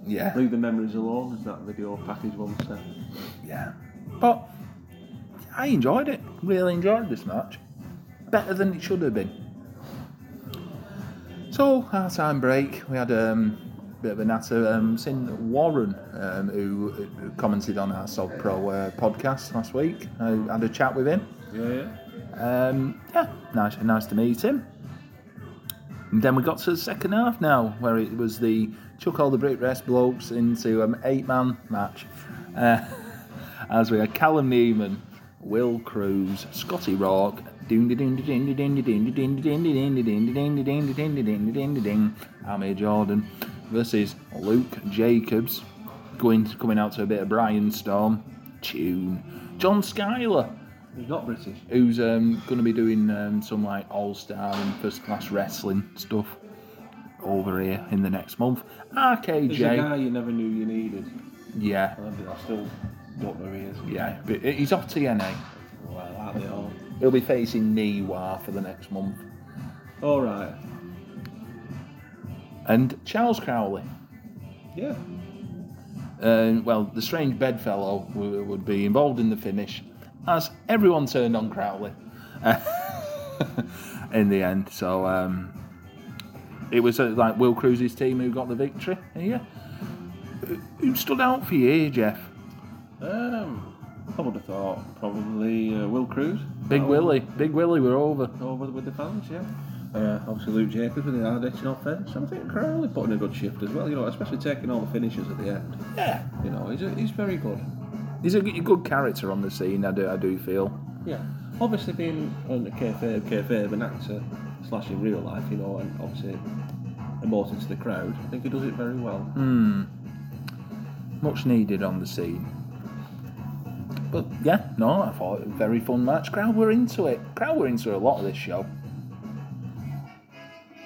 Speaker 1: Yeah.
Speaker 2: Leave the memories alone, as that video package once said.
Speaker 1: Yeah. But I enjoyed it. Really enjoyed this match. Better than it should have been. So, our time break, we had um, a bit of a natter. Um, Sin Warren, um, who who commented on our Sub Pro uh, podcast last week, I had a chat with him.
Speaker 2: Yeah, yeah.
Speaker 1: Um, yeah, nice, nice to meet him. And then we got to the second half now, where it was the chuck all the brick rest blokes into an eight man match. Uh, as we had Callum Newman, Will Cruz, Scotty Rock, Amir Jordan versus Luke Jacobs, going coming out to a bit of Brian Storm, tune, John Schuyler,
Speaker 2: He's not British.
Speaker 1: who's um, going to be doing um, some like all star and first class wrestling stuff over here in the next month.
Speaker 2: He's a
Speaker 1: RKJ,
Speaker 2: guy you never knew you needed.
Speaker 1: yeah,
Speaker 2: I don't- I still don't know who he is.
Speaker 1: yeah, but he's off TNA.
Speaker 2: Well, aren't they all?
Speaker 1: He'll be facing Niwa for the next month,
Speaker 2: All right.
Speaker 1: and Charles Crowley.
Speaker 2: Yeah.
Speaker 1: Um, well, the strange bedfellow w- would be involved in the finish, as everyone turned on Crowley in the end. So, um, it was uh, like Will Cruz's team who got the victory here. Who- Who stood out for you, here, Jeff?
Speaker 2: Um, I would have thought probably uh, Will Cruz.
Speaker 1: Big
Speaker 2: Oh,
Speaker 1: Willie. Big Willie, we're over.
Speaker 2: Over with the fans, yeah. Uh, obviously Luke Jacobs with the hard hitting offence. I think Crowley put in a good shift as well, you know, especially taking all the finishes at the end.
Speaker 1: Yeah.
Speaker 2: You know, he's, he's very good.
Speaker 1: He's a g- good character on the scene, I do, I do feel.
Speaker 2: Yeah. Obviously being an kayfabe, kayfabe, an actor, slash in real life, you know, and obviously immortal to the crowd, I think he does it very well.
Speaker 1: Much needed on the scene. But yeah, no, I thought it was a very fun match. Crowd were into it. Crowd were into a lot of this show.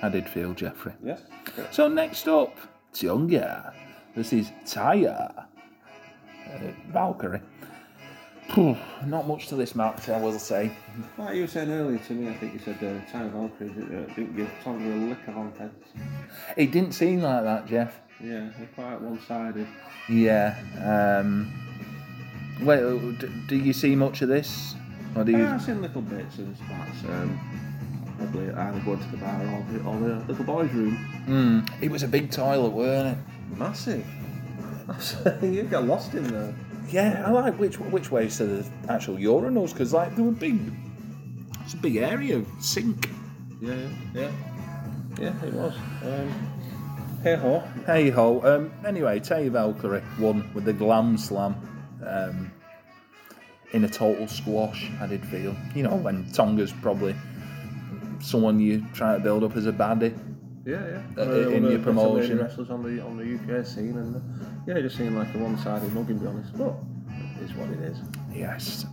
Speaker 1: I did feel, Jeffrey.
Speaker 2: Yes.
Speaker 1: So next up, Tionga. This is Taya. Uh, Valkyrie. Phew, not much to this match, I will say.
Speaker 2: Like you were saying earlier to me, I think you said uh, Time Valkyrie didn't, uh, didn't give Tonga a lick of offence.
Speaker 1: It didn't seem like that, Jeff.
Speaker 2: Yeah, they're quite one sided.
Speaker 1: Yeah. Um, well, d- do you see much of this? Or do you?
Speaker 2: Yeah, I've seen little bits and spots. Um, probably either going to the bar or the, or the little boys' room.
Speaker 1: Mm, it was a big toilet, weren't it?
Speaker 2: Massive. Massive. you got lost in there.
Speaker 1: Yeah, I like which which ways to the actual urinals because like there were big. It's a big area of sink.
Speaker 2: Yeah, yeah, yeah. Yeah, it was. Um, hey ho.
Speaker 1: Hey ho. Um, anyway, Tay Valkyrie won with the glam slam. Um, in a total squash, I did feel. You know, when Tonga's probably someone you try to build up as a baddie.
Speaker 2: Yeah, yeah.
Speaker 1: Uh, in your
Speaker 2: the
Speaker 1: promotion.
Speaker 2: wrestlers on the on the UK scene, and uh, yeah, it just seemed like a one-sided mugging, to be honest. But it's what it is.
Speaker 1: Yes.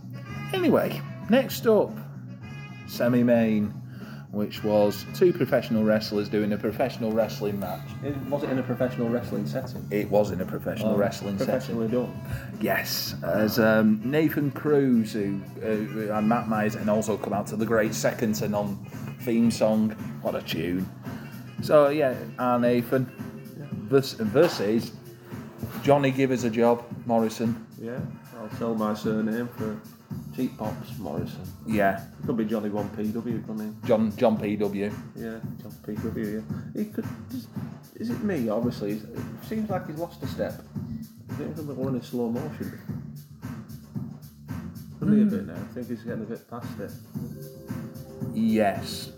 Speaker 1: Anyway, next up, semi main, which was two professional wrestlers doing a professional wrestling match.
Speaker 2: It was it in a professional wrestling setting.
Speaker 1: It was in a Oh, professional wrestling setting.
Speaker 2: professionally done.
Speaker 1: Yes, as um, Nathan Cruz, who uh, and Matt Myers, and also come out to the great second to none theme song. What a tune! So yeah, our Nathan vers- versus Johnny. Give us a job, Morrison.
Speaker 2: Yeah, I'll tell my surname for cheap pops Morrison.
Speaker 1: Yeah,
Speaker 2: Could be Johnny One PW, couldn't
Speaker 1: John John PW.
Speaker 2: he? Yeah, John PW. Yeah, he could. Just, is it me? Obviously, He's- it seems like he's lost a step. I think he's running in slow motion. Could be a
Speaker 1: Hmm.
Speaker 2: bit now. I think he's getting a bit past it.
Speaker 1: Yes.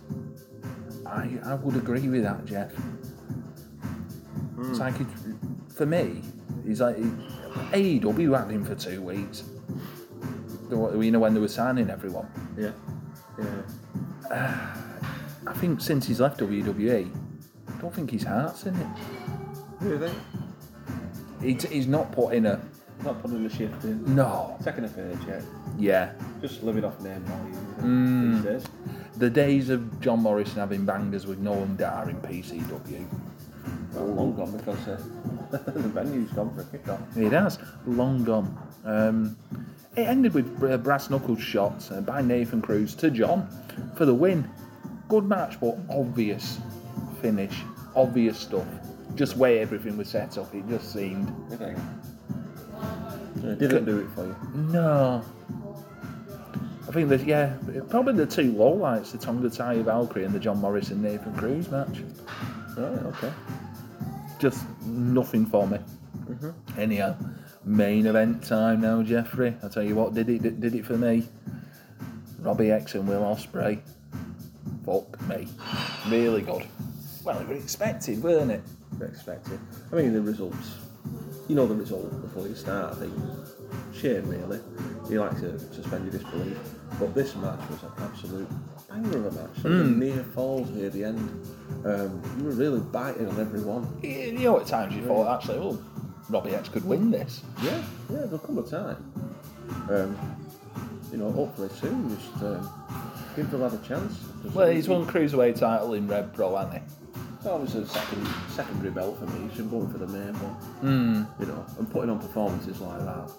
Speaker 1: I, I would agree with that, Jeff. It's like, it, for me, he's like, AEW had him for two weeks. The wa- You know, when they were signing everyone.
Speaker 2: Yeah, yeah.
Speaker 1: I think since he's left WWE, I don't think his heart's in it.
Speaker 2: Who do you think?
Speaker 1: He's, he's not put in a,
Speaker 2: Not putting the shift in.
Speaker 1: no,
Speaker 2: Taking a paycheck.
Speaker 1: yeah.
Speaker 2: Just living off name value you know,
Speaker 1: Hmm.
Speaker 2: these days.
Speaker 1: The days of John Morrison having bangers with Noam Dar in PCW.
Speaker 2: Well, long gone because uh, the venue's gone for a kick-off.
Speaker 1: It has. Long gone. Um, it ended with br- brass knuckles shots uh, by Nathan Cruz to John for the win. Good match, but obvious finish. Obvious stuff. Just way everything was set up, it just seemed.
Speaker 2: Good thing. It didn't do it for you.
Speaker 1: No. I think that, yeah, probably the two lowlights the Tonga Tai Valkyrie and the John Morrison Nathan Cruz match.
Speaker 2: Right, okay.
Speaker 1: Just nothing for me. Anyhow, main event time now, Jeffrey. I tell you what, did it did it for me. Robbie X and Will Osprey. Fuck me, really good. Well, it was expected, weren't it?
Speaker 2: Expected. I mean, the results. You know the result before you start, I think. Shame, really. You like to suspend your disbelief. But this match was an absolute banger of a match. Near falls near the end. Um, you were really biting on every one.
Speaker 1: You you know, at times you thought actually, oh, Robbie X could win this.
Speaker 2: Yeah, yeah, there'll come a time. Um, you know, hopefully soon, just um, give them another chance.
Speaker 1: Well, he's won cruiserweight title in Red Pro, hasn't he?
Speaker 2: That was a second, secondary belt for me. You should go for the main one.
Speaker 1: Hmm.
Speaker 2: You know, and putting on performances like that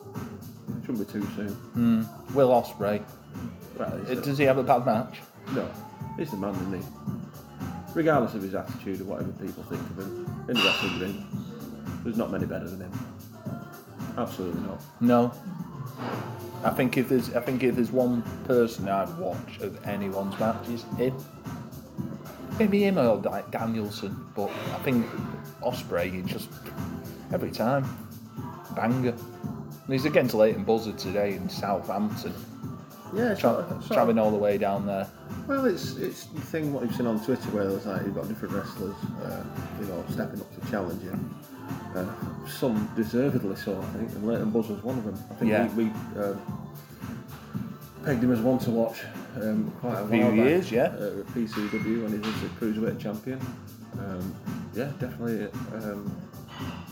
Speaker 2: shouldn't be too soon.
Speaker 1: Will Osprey.
Speaker 2: Well, he's
Speaker 1: Does he have a bad match?
Speaker 2: the- no, he's the man, isn't he? Regardless of his attitude or whatever people think of him, in the wrestling ring, there's not many better than him. Absolutely not.
Speaker 1: No. I think if there's I think if there's one person I'd watch of anyone's matches, him. Maybe him or like Danielson, but I think Osprey he just every time banger. And he's against Leighton Buzzard today in Southampton,
Speaker 2: Yeah, it's
Speaker 1: tra-
Speaker 2: sort of- sort of-
Speaker 1: traveling all the way down there.
Speaker 2: Well, it's it's the thing what you've seen on Twitter where there's like you've got different wrestlers, uh, you know, stepping up to challenge you. Uh, some deservedly so, I think, and Leighton Buzz was one of them. I think
Speaker 1: Yeah.
Speaker 2: we, we um, pegged him as one to watch um, quite a
Speaker 1: few
Speaker 2: while back,
Speaker 1: years, yeah.
Speaker 2: Uh, at PCW when he was the cruiserweight champion. Um, yeah, definitely um,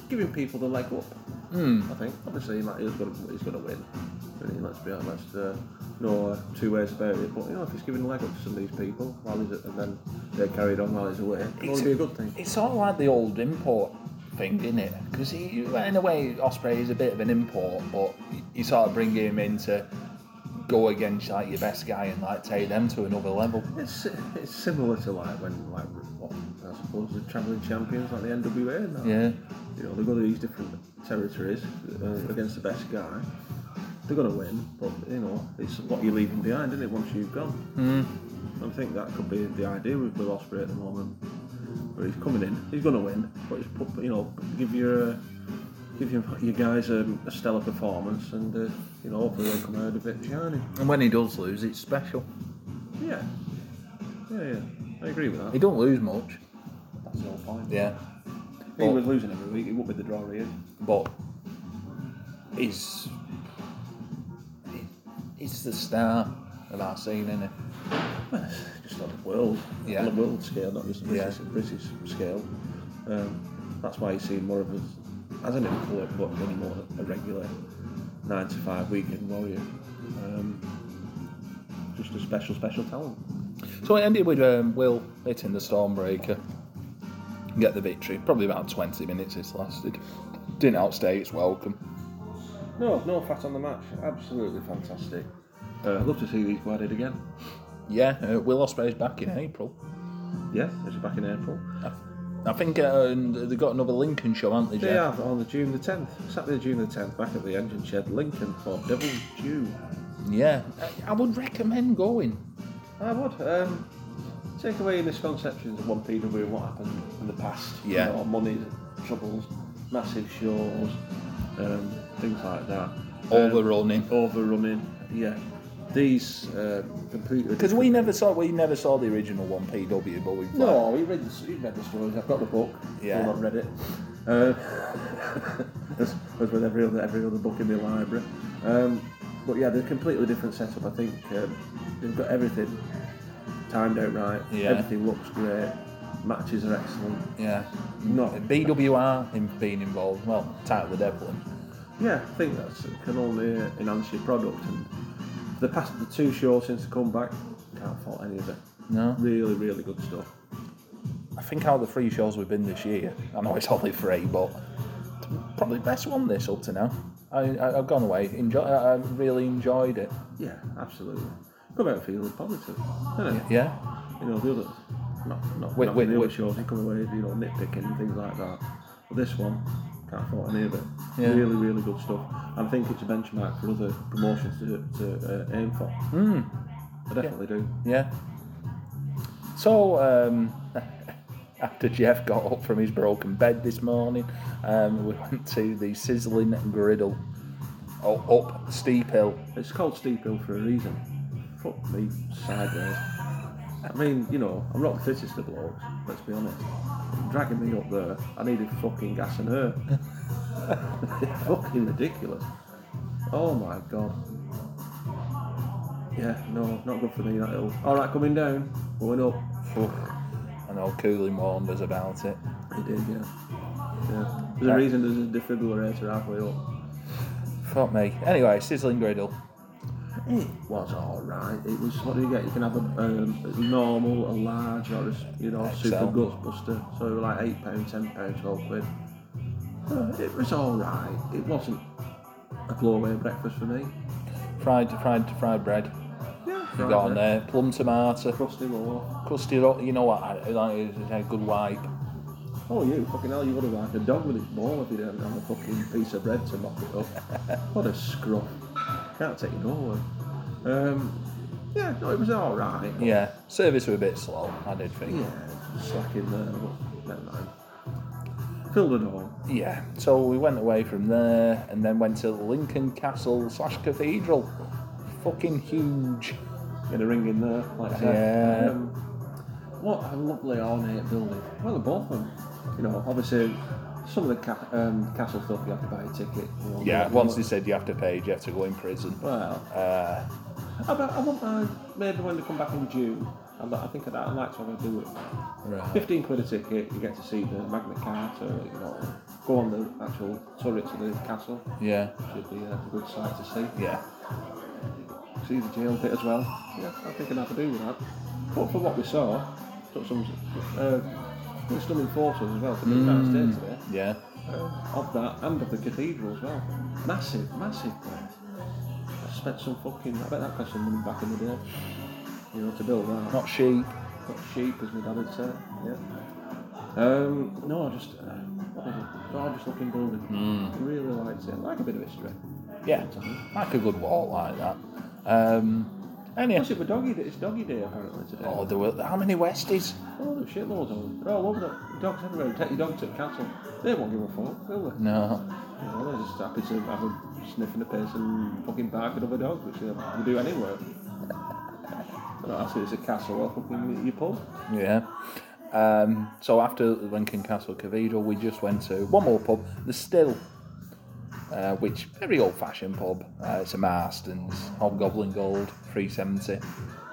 Speaker 2: giving people the leg up. I think obviously he might, he's going to he's going to win. Really, let's be honest. Uh, no uh, two ways about it. But you know, if he's giving the leg up to some of these people while he's and then they're carried on while he's away, it'll
Speaker 1: It's-
Speaker 2: be a good thing.
Speaker 1: It's sort of like the old import thing, isn't it? Because he, well, in a way, Osprey is a bit of an import, but you sort of bring him in to go against like your best guy and like take them to another level.
Speaker 2: It's it's similar to like when like what I suppose the traveling champions like the NWA and that.
Speaker 1: Yeah.
Speaker 2: You know, they go to these different territories uh, against the best guy. They're going to win, but you know, it's what you're leaving behind, isn't it? Once you've gone.
Speaker 1: Mm.
Speaker 2: I think that could be the idea with Will Osprey at the moment. Where he's coming in, he's going to win, but he's put, you know give your uh, give your, your guys a, a stellar performance, and uh, you know hopefully they'll come out a bit shining.
Speaker 1: And when he does lose, it's special.
Speaker 2: Yeah, yeah, yeah. I agree with
Speaker 1: He
Speaker 2: that.
Speaker 1: don't lose much.
Speaker 2: That's the whole point.
Speaker 1: Yeah.
Speaker 2: If he was losing every week, he would be the draw he is.
Speaker 1: but he's he's the star of our scene, isn't he?
Speaker 2: just on the world,
Speaker 1: Yeah.
Speaker 2: on the world scale, not just the British,
Speaker 1: Yeah.
Speaker 2: British scale. Um, that's why you see more of us as an employer, but anymore a regular nine to five weekend warrior. Um, just a special, special talent.
Speaker 1: So it ended with um, Will hitting the Stormbreaker, get the victory. Probably about 20 minutes it's lasted. Didn't outstay its welcome.
Speaker 2: No, no fat on the match. Absolutely fantastic. Uh, I'd love to see these guarded again.
Speaker 1: Yeah, uh, Will Ospreay's back in April.
Speaker 2: Yeah, it's back in April.
Speaker 1: I, I think uh, they've got another Lincoln show, haven't they,
Speaker 2: They
Speaker 1: Jeff?
Speaker 2: have on the June the 10th, Saturday June the 10th, back at the engine shed, Lincoln for Devil's Due.
Speaker 1: Yeah. I, I would recommend going.
Speaker 2: I would. Um, take away misconceptions of one PW and what happened in the past.
Speaker 1: Yeah.
Speaker 2: You know, money troubles, massive shows, um, things like that. Um,
Speaker 1: Overrunning.
Speaker 2: overrunning. Yeah. These uh, completely.
Speaker 1: Because
Speaker 2: different-
Speaker 1: we never saw we never saw the original one PW, but we've
Speaker 2: No, we read the we read the stories. I've got the book.
Speaker 1: Yeah.
Speaker 2: I've not read it. Uh, as, as with every other every other book in the library. Um, but yeah, they're completely different setup. I think um, they've got everything timed out right.
Speaker 1: Yeah.
Speaker 2: Everything looks great. Matches are excellent.
Speaker 1: Yeah.
Speaker 2: No.
Speaker 1: BWR in being involved. Well, title the devil.
Speaker 2: Yeah, I think that's can only uh, enhance your product. And the past the two shows since the comeback, can't fault any of it.
Speaker 1: No.
Speaker 2: Really, really good stuff.
Speaker 1: I think out of the three shows we've been this year, I know it's only three, but probably best one this up to now. I, I, I've gone away. Enjoy. I, I really enjoyed it.
Speaker 2: Yeah, absolutely. Come out feeling positive. Don't it?
Speaker 1: Yeah.
Speaker 2: you know, the other, not, not,
Speaker 1: Wait,
Speaker 2: not
Speaker 1: wait,
Speaker 2: the other
Speaker 1: wait.
Speaker 2: shows, you come away, you know, nitpicking and things like that. But this one, can't fault any of it.
Speaker 1: Yeah.
Speaker 2: Really, really good stuff. And I think it's a benchmark for other promotions to, to uh, aim for.
Speaker 1: Mm,
Speaker 2: I definitely do.
Speaker 1: yeah. So um, after Jeff got up from his broken bed this morning, um, we went to the sizzling griddle, oh, up steep hill.
Speaker 2: It's called Steep Hill for a reason. Fuck me, sideways. I mean, you know, I'm not the fittest of blokes, let's be honest. Dragging me up there, I needed fucking gas and her. fucking ridiculous. Oh my god. Yeah, no, not good for me that hill. Alright, coming down, going up.
Speaker 1: I know Coolin warned us about it.
Speaker 2: It did, yeah. Yeah. There's a reason there's a defibrillator halfway up.
Speaker 1: Fuck me. Anyway, sizzling griddle.
Speaker 2: It was alright. It was, what do you get? You can have a, um, a normal, a large, or a, s- you know, super
Speaker 1: XL.
Speaker 2: guts buster. So they were like £8, £10, 12 quid. Uh, It was alright. It wasn't a blow away breakfast for me.
Speaker 1: Fried, fried, fried bread.
Speaker 2: Yeah,
Speaker 1: You got on there. Plum tomato.
Speaker 2: Crusty loaf.
Speaker 1: Crusty, lo- you know what? I, I like it, it's a good wipe.
Speaker 2: Oh, you fucking hell, you would have like a dog with its ball if you didn't have a fucking piece of bread to mop it up. what a scruff. Can't take it nowhere. Um, Yeah, no, it was all right. but-
Speaker 1: Yeah, service were a bit slow, I did think.
Speaker 2: Yeah, slack in uh, there, but never mind. Filled it all.
Speaker 1: Yeah, so we went away from there and then went to Lincoln Castle slash Cathedral. Fucking huge.
Speaker 2: Get a ring in there, like I said.
Speaker 1: Yeah.
Speaker 2: Um, what a lovely ornate building. Well, they're both of them. You know, obviously, some of the ca- um, castle stuff you have to buy a ticket. You know,
Speaker 1: Yeah,
Speaker 2: but-
Speaker 1: once they said you have to pay, you have to go in prison.
Speaker 2: Well,
Speaker 1: Uh,
Speaker 2: I, bet- I won't mind maybe when they come back in June. I, li- I think I'd, I'd like to have a do it.
Speaker 1: right.
Speaker 2: 15 quid a ticket, you get to see the Magna Carta, you know, go on the actual turrets of the castle.
Speaker 1: Yeah,
Speaker 2: Should be uh, a good sight to see.
Speaker 1: yeah.
Speaker 2: See the jail bit as well. Yeah, I think I'd have to do with that. But for what we saw, took some uh, good stunning photos as well for the United States today.
Speaker 1: Yeah,
Speaker 2: Uh, of that and of the cathedral as well. Massive, massive place. I spent some fucking, I bet that cost some money back in the day. You know, to build that.
Speaker 1: not sheep.
Speaker 2: Got sheep, as my dad had said. Yeah. Um, no, I just, uh, what was it? Gorgeous looking building. Really liked it. I like a bit of history.
Speaker 1: Yeah, like a good walk like that. Um, and yeah,
Speaker 2: Plus, it was doggy. It's doggy day apparently today.
Speaker 1: oh, there were how many Westies?
Speaker 2: Oh, there's shitloads of them. They're all over the dogs everywhere. Take your dog to the council. They won't give a fuck, will they?
Speaker 1: No,
Speaker 2: You know, they're just happy to have a sniff in the piss and fucking bark at other dogs, which they, they do anywhere. They're not asking it's a castle or fucking your pub.
Speaker 1: yeah. Um, so after the Lincoln Castle Cathedral, we just went to one more pub, the Still, uh, which very old-fashioned pub. Uh, it's a Marston's Hobgoblin Gold, three seventy. There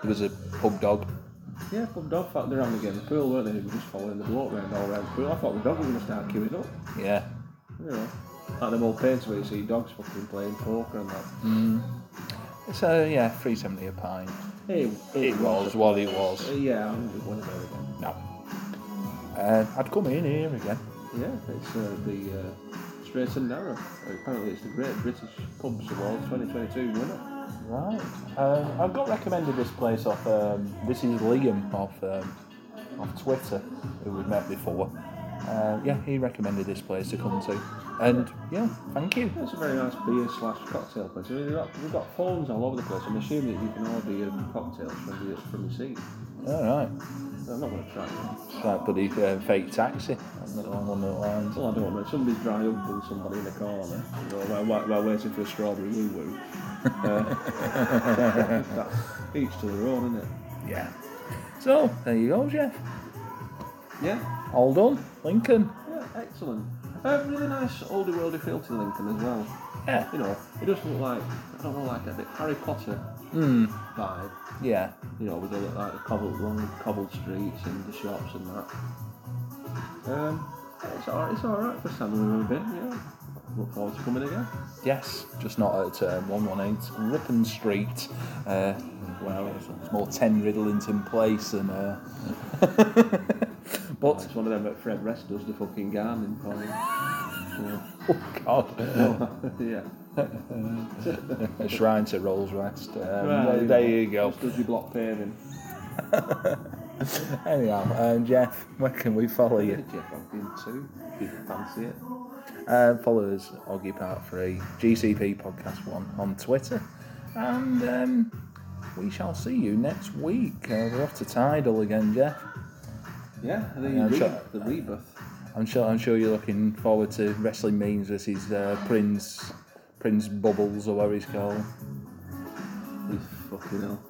Speaker 1: was a pub dog.
Speaker 2: Yeah, pub dog fact they're having a game of pool, weren't they? They were just following the bloke round all round the pool. I thought the dog was going to start queuing up.
Speaker 1: Yeah,
Speaker 2: You know, like them old paints where you see dogs fucking playing poker and that.
Speaker 1: so yeah, three seventy a pint.
Speaker 2: It,
Speaker 1: It was what it was.
Speaker 2: Uh, yeah, I'm going to one of them again.
Speaker 1: No, uh, I'd come in here again.
Speaker 2: Yeah, it's uh, the uh, Straight and Narrow. Apparently, it's the Great British Pubs Award 2022 winner.
Speaker 1: Right. Um, I've got recommended this place off. Um, this is Liam off um, off Twitter, who we've met before. Uh, yeah, he recommended this place to come to, and yeah, thank you.
Speaker 2: It's a very nice beer slash cocktail place. I mean, we've, got, we've got phones all over the place. I'm assuming that you can order your cocktails from your from your seat.
Speaker 1: All right.
Speaker 2: So I'm not going to try it.
Speaker 1: It's like bloody uh, fake taxi. I'm not on one of the lines.
Speaker 2: Well, I don't know. Somebody's dry humping somebody in the corner you know, while, while, while waiting for a strawberry woo woo. Uh, that's each to their own, isn't it?
Speaker 1: Yeah. So there you go, Jeff.
Speaker 2: Yeah.
Speaker 1: All done. Lincoln.
Speaker 2: Yeah, excellent. Uh, really nice oldie worldy feel to Lincoln as well.
Speaker 1: Yeah.
Speaker 2: You know, it does look like I don't know, like a bit Harry Potter
Speaker 1: Mm.
Speaker 2: vibe.
Speaker 1: Yeah.
Speaker 2: You know, with the like the cobbled long cobbled streets and the shops and that. Um, yeah, it's all it's all right for Samuel we've been. Yeah, look forward to coming again.
Speaker 1: Yes. Just not at uh, 118 Ripon Street. Uh,
Speaker 2: Well,
Speaker 1: It's more 10 Riddlington Place than. Uh... but,
Speaker 2: it's one of them that Fred Rest does the fucking gardening for him. Yeah.
Speaker 1: oh god,
Speaker 2: yeah.
Speaker 1: a shrine to Rolls Rest. Um,
Speaker 2: Well,
Speaker 1: there,
Speaker 2: you
Speaker 1: there
Speaker 2: know,
Speaker 1: you go.
Speaker 2: Just does your block paving.
Speaker 1: Anyhow, um, Jeff, where can we follow you?
Speaker 2: Jeff Ogden too. If you fancy it.
Speaker 1: Uh, follow us, Oggy Part 3, GCP Podcast 1 on Twitter. And um, we shall see you next week. Uh, we're off to Tidal again, Jeff.
Speaker 2: Yeah, the,
Speaker 1: Yeah, I'm
Speaker 2: re-
Speaker 1: sure-
Speaker 2: the rebirth.
Speaker 1: I'm sure, I'm sure you're looking forward to Wrestling Memes versus uh, Prince, Prince Bubbles, or whatever he's called.
Speaker 2: Fucking hell.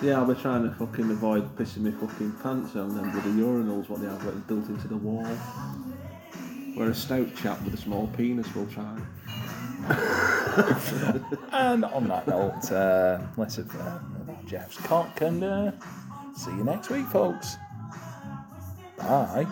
Speaker 2: Yeah, I'll be trying to fucking avoid pissing me fucking pants on them with the urinals, what they have like, built into the wall. Where a stout chap with a small penis will try.
Speaker 1: And on that note, uh, let's have uh, about Jeff's cock and uh, see you next week, folks. Bye.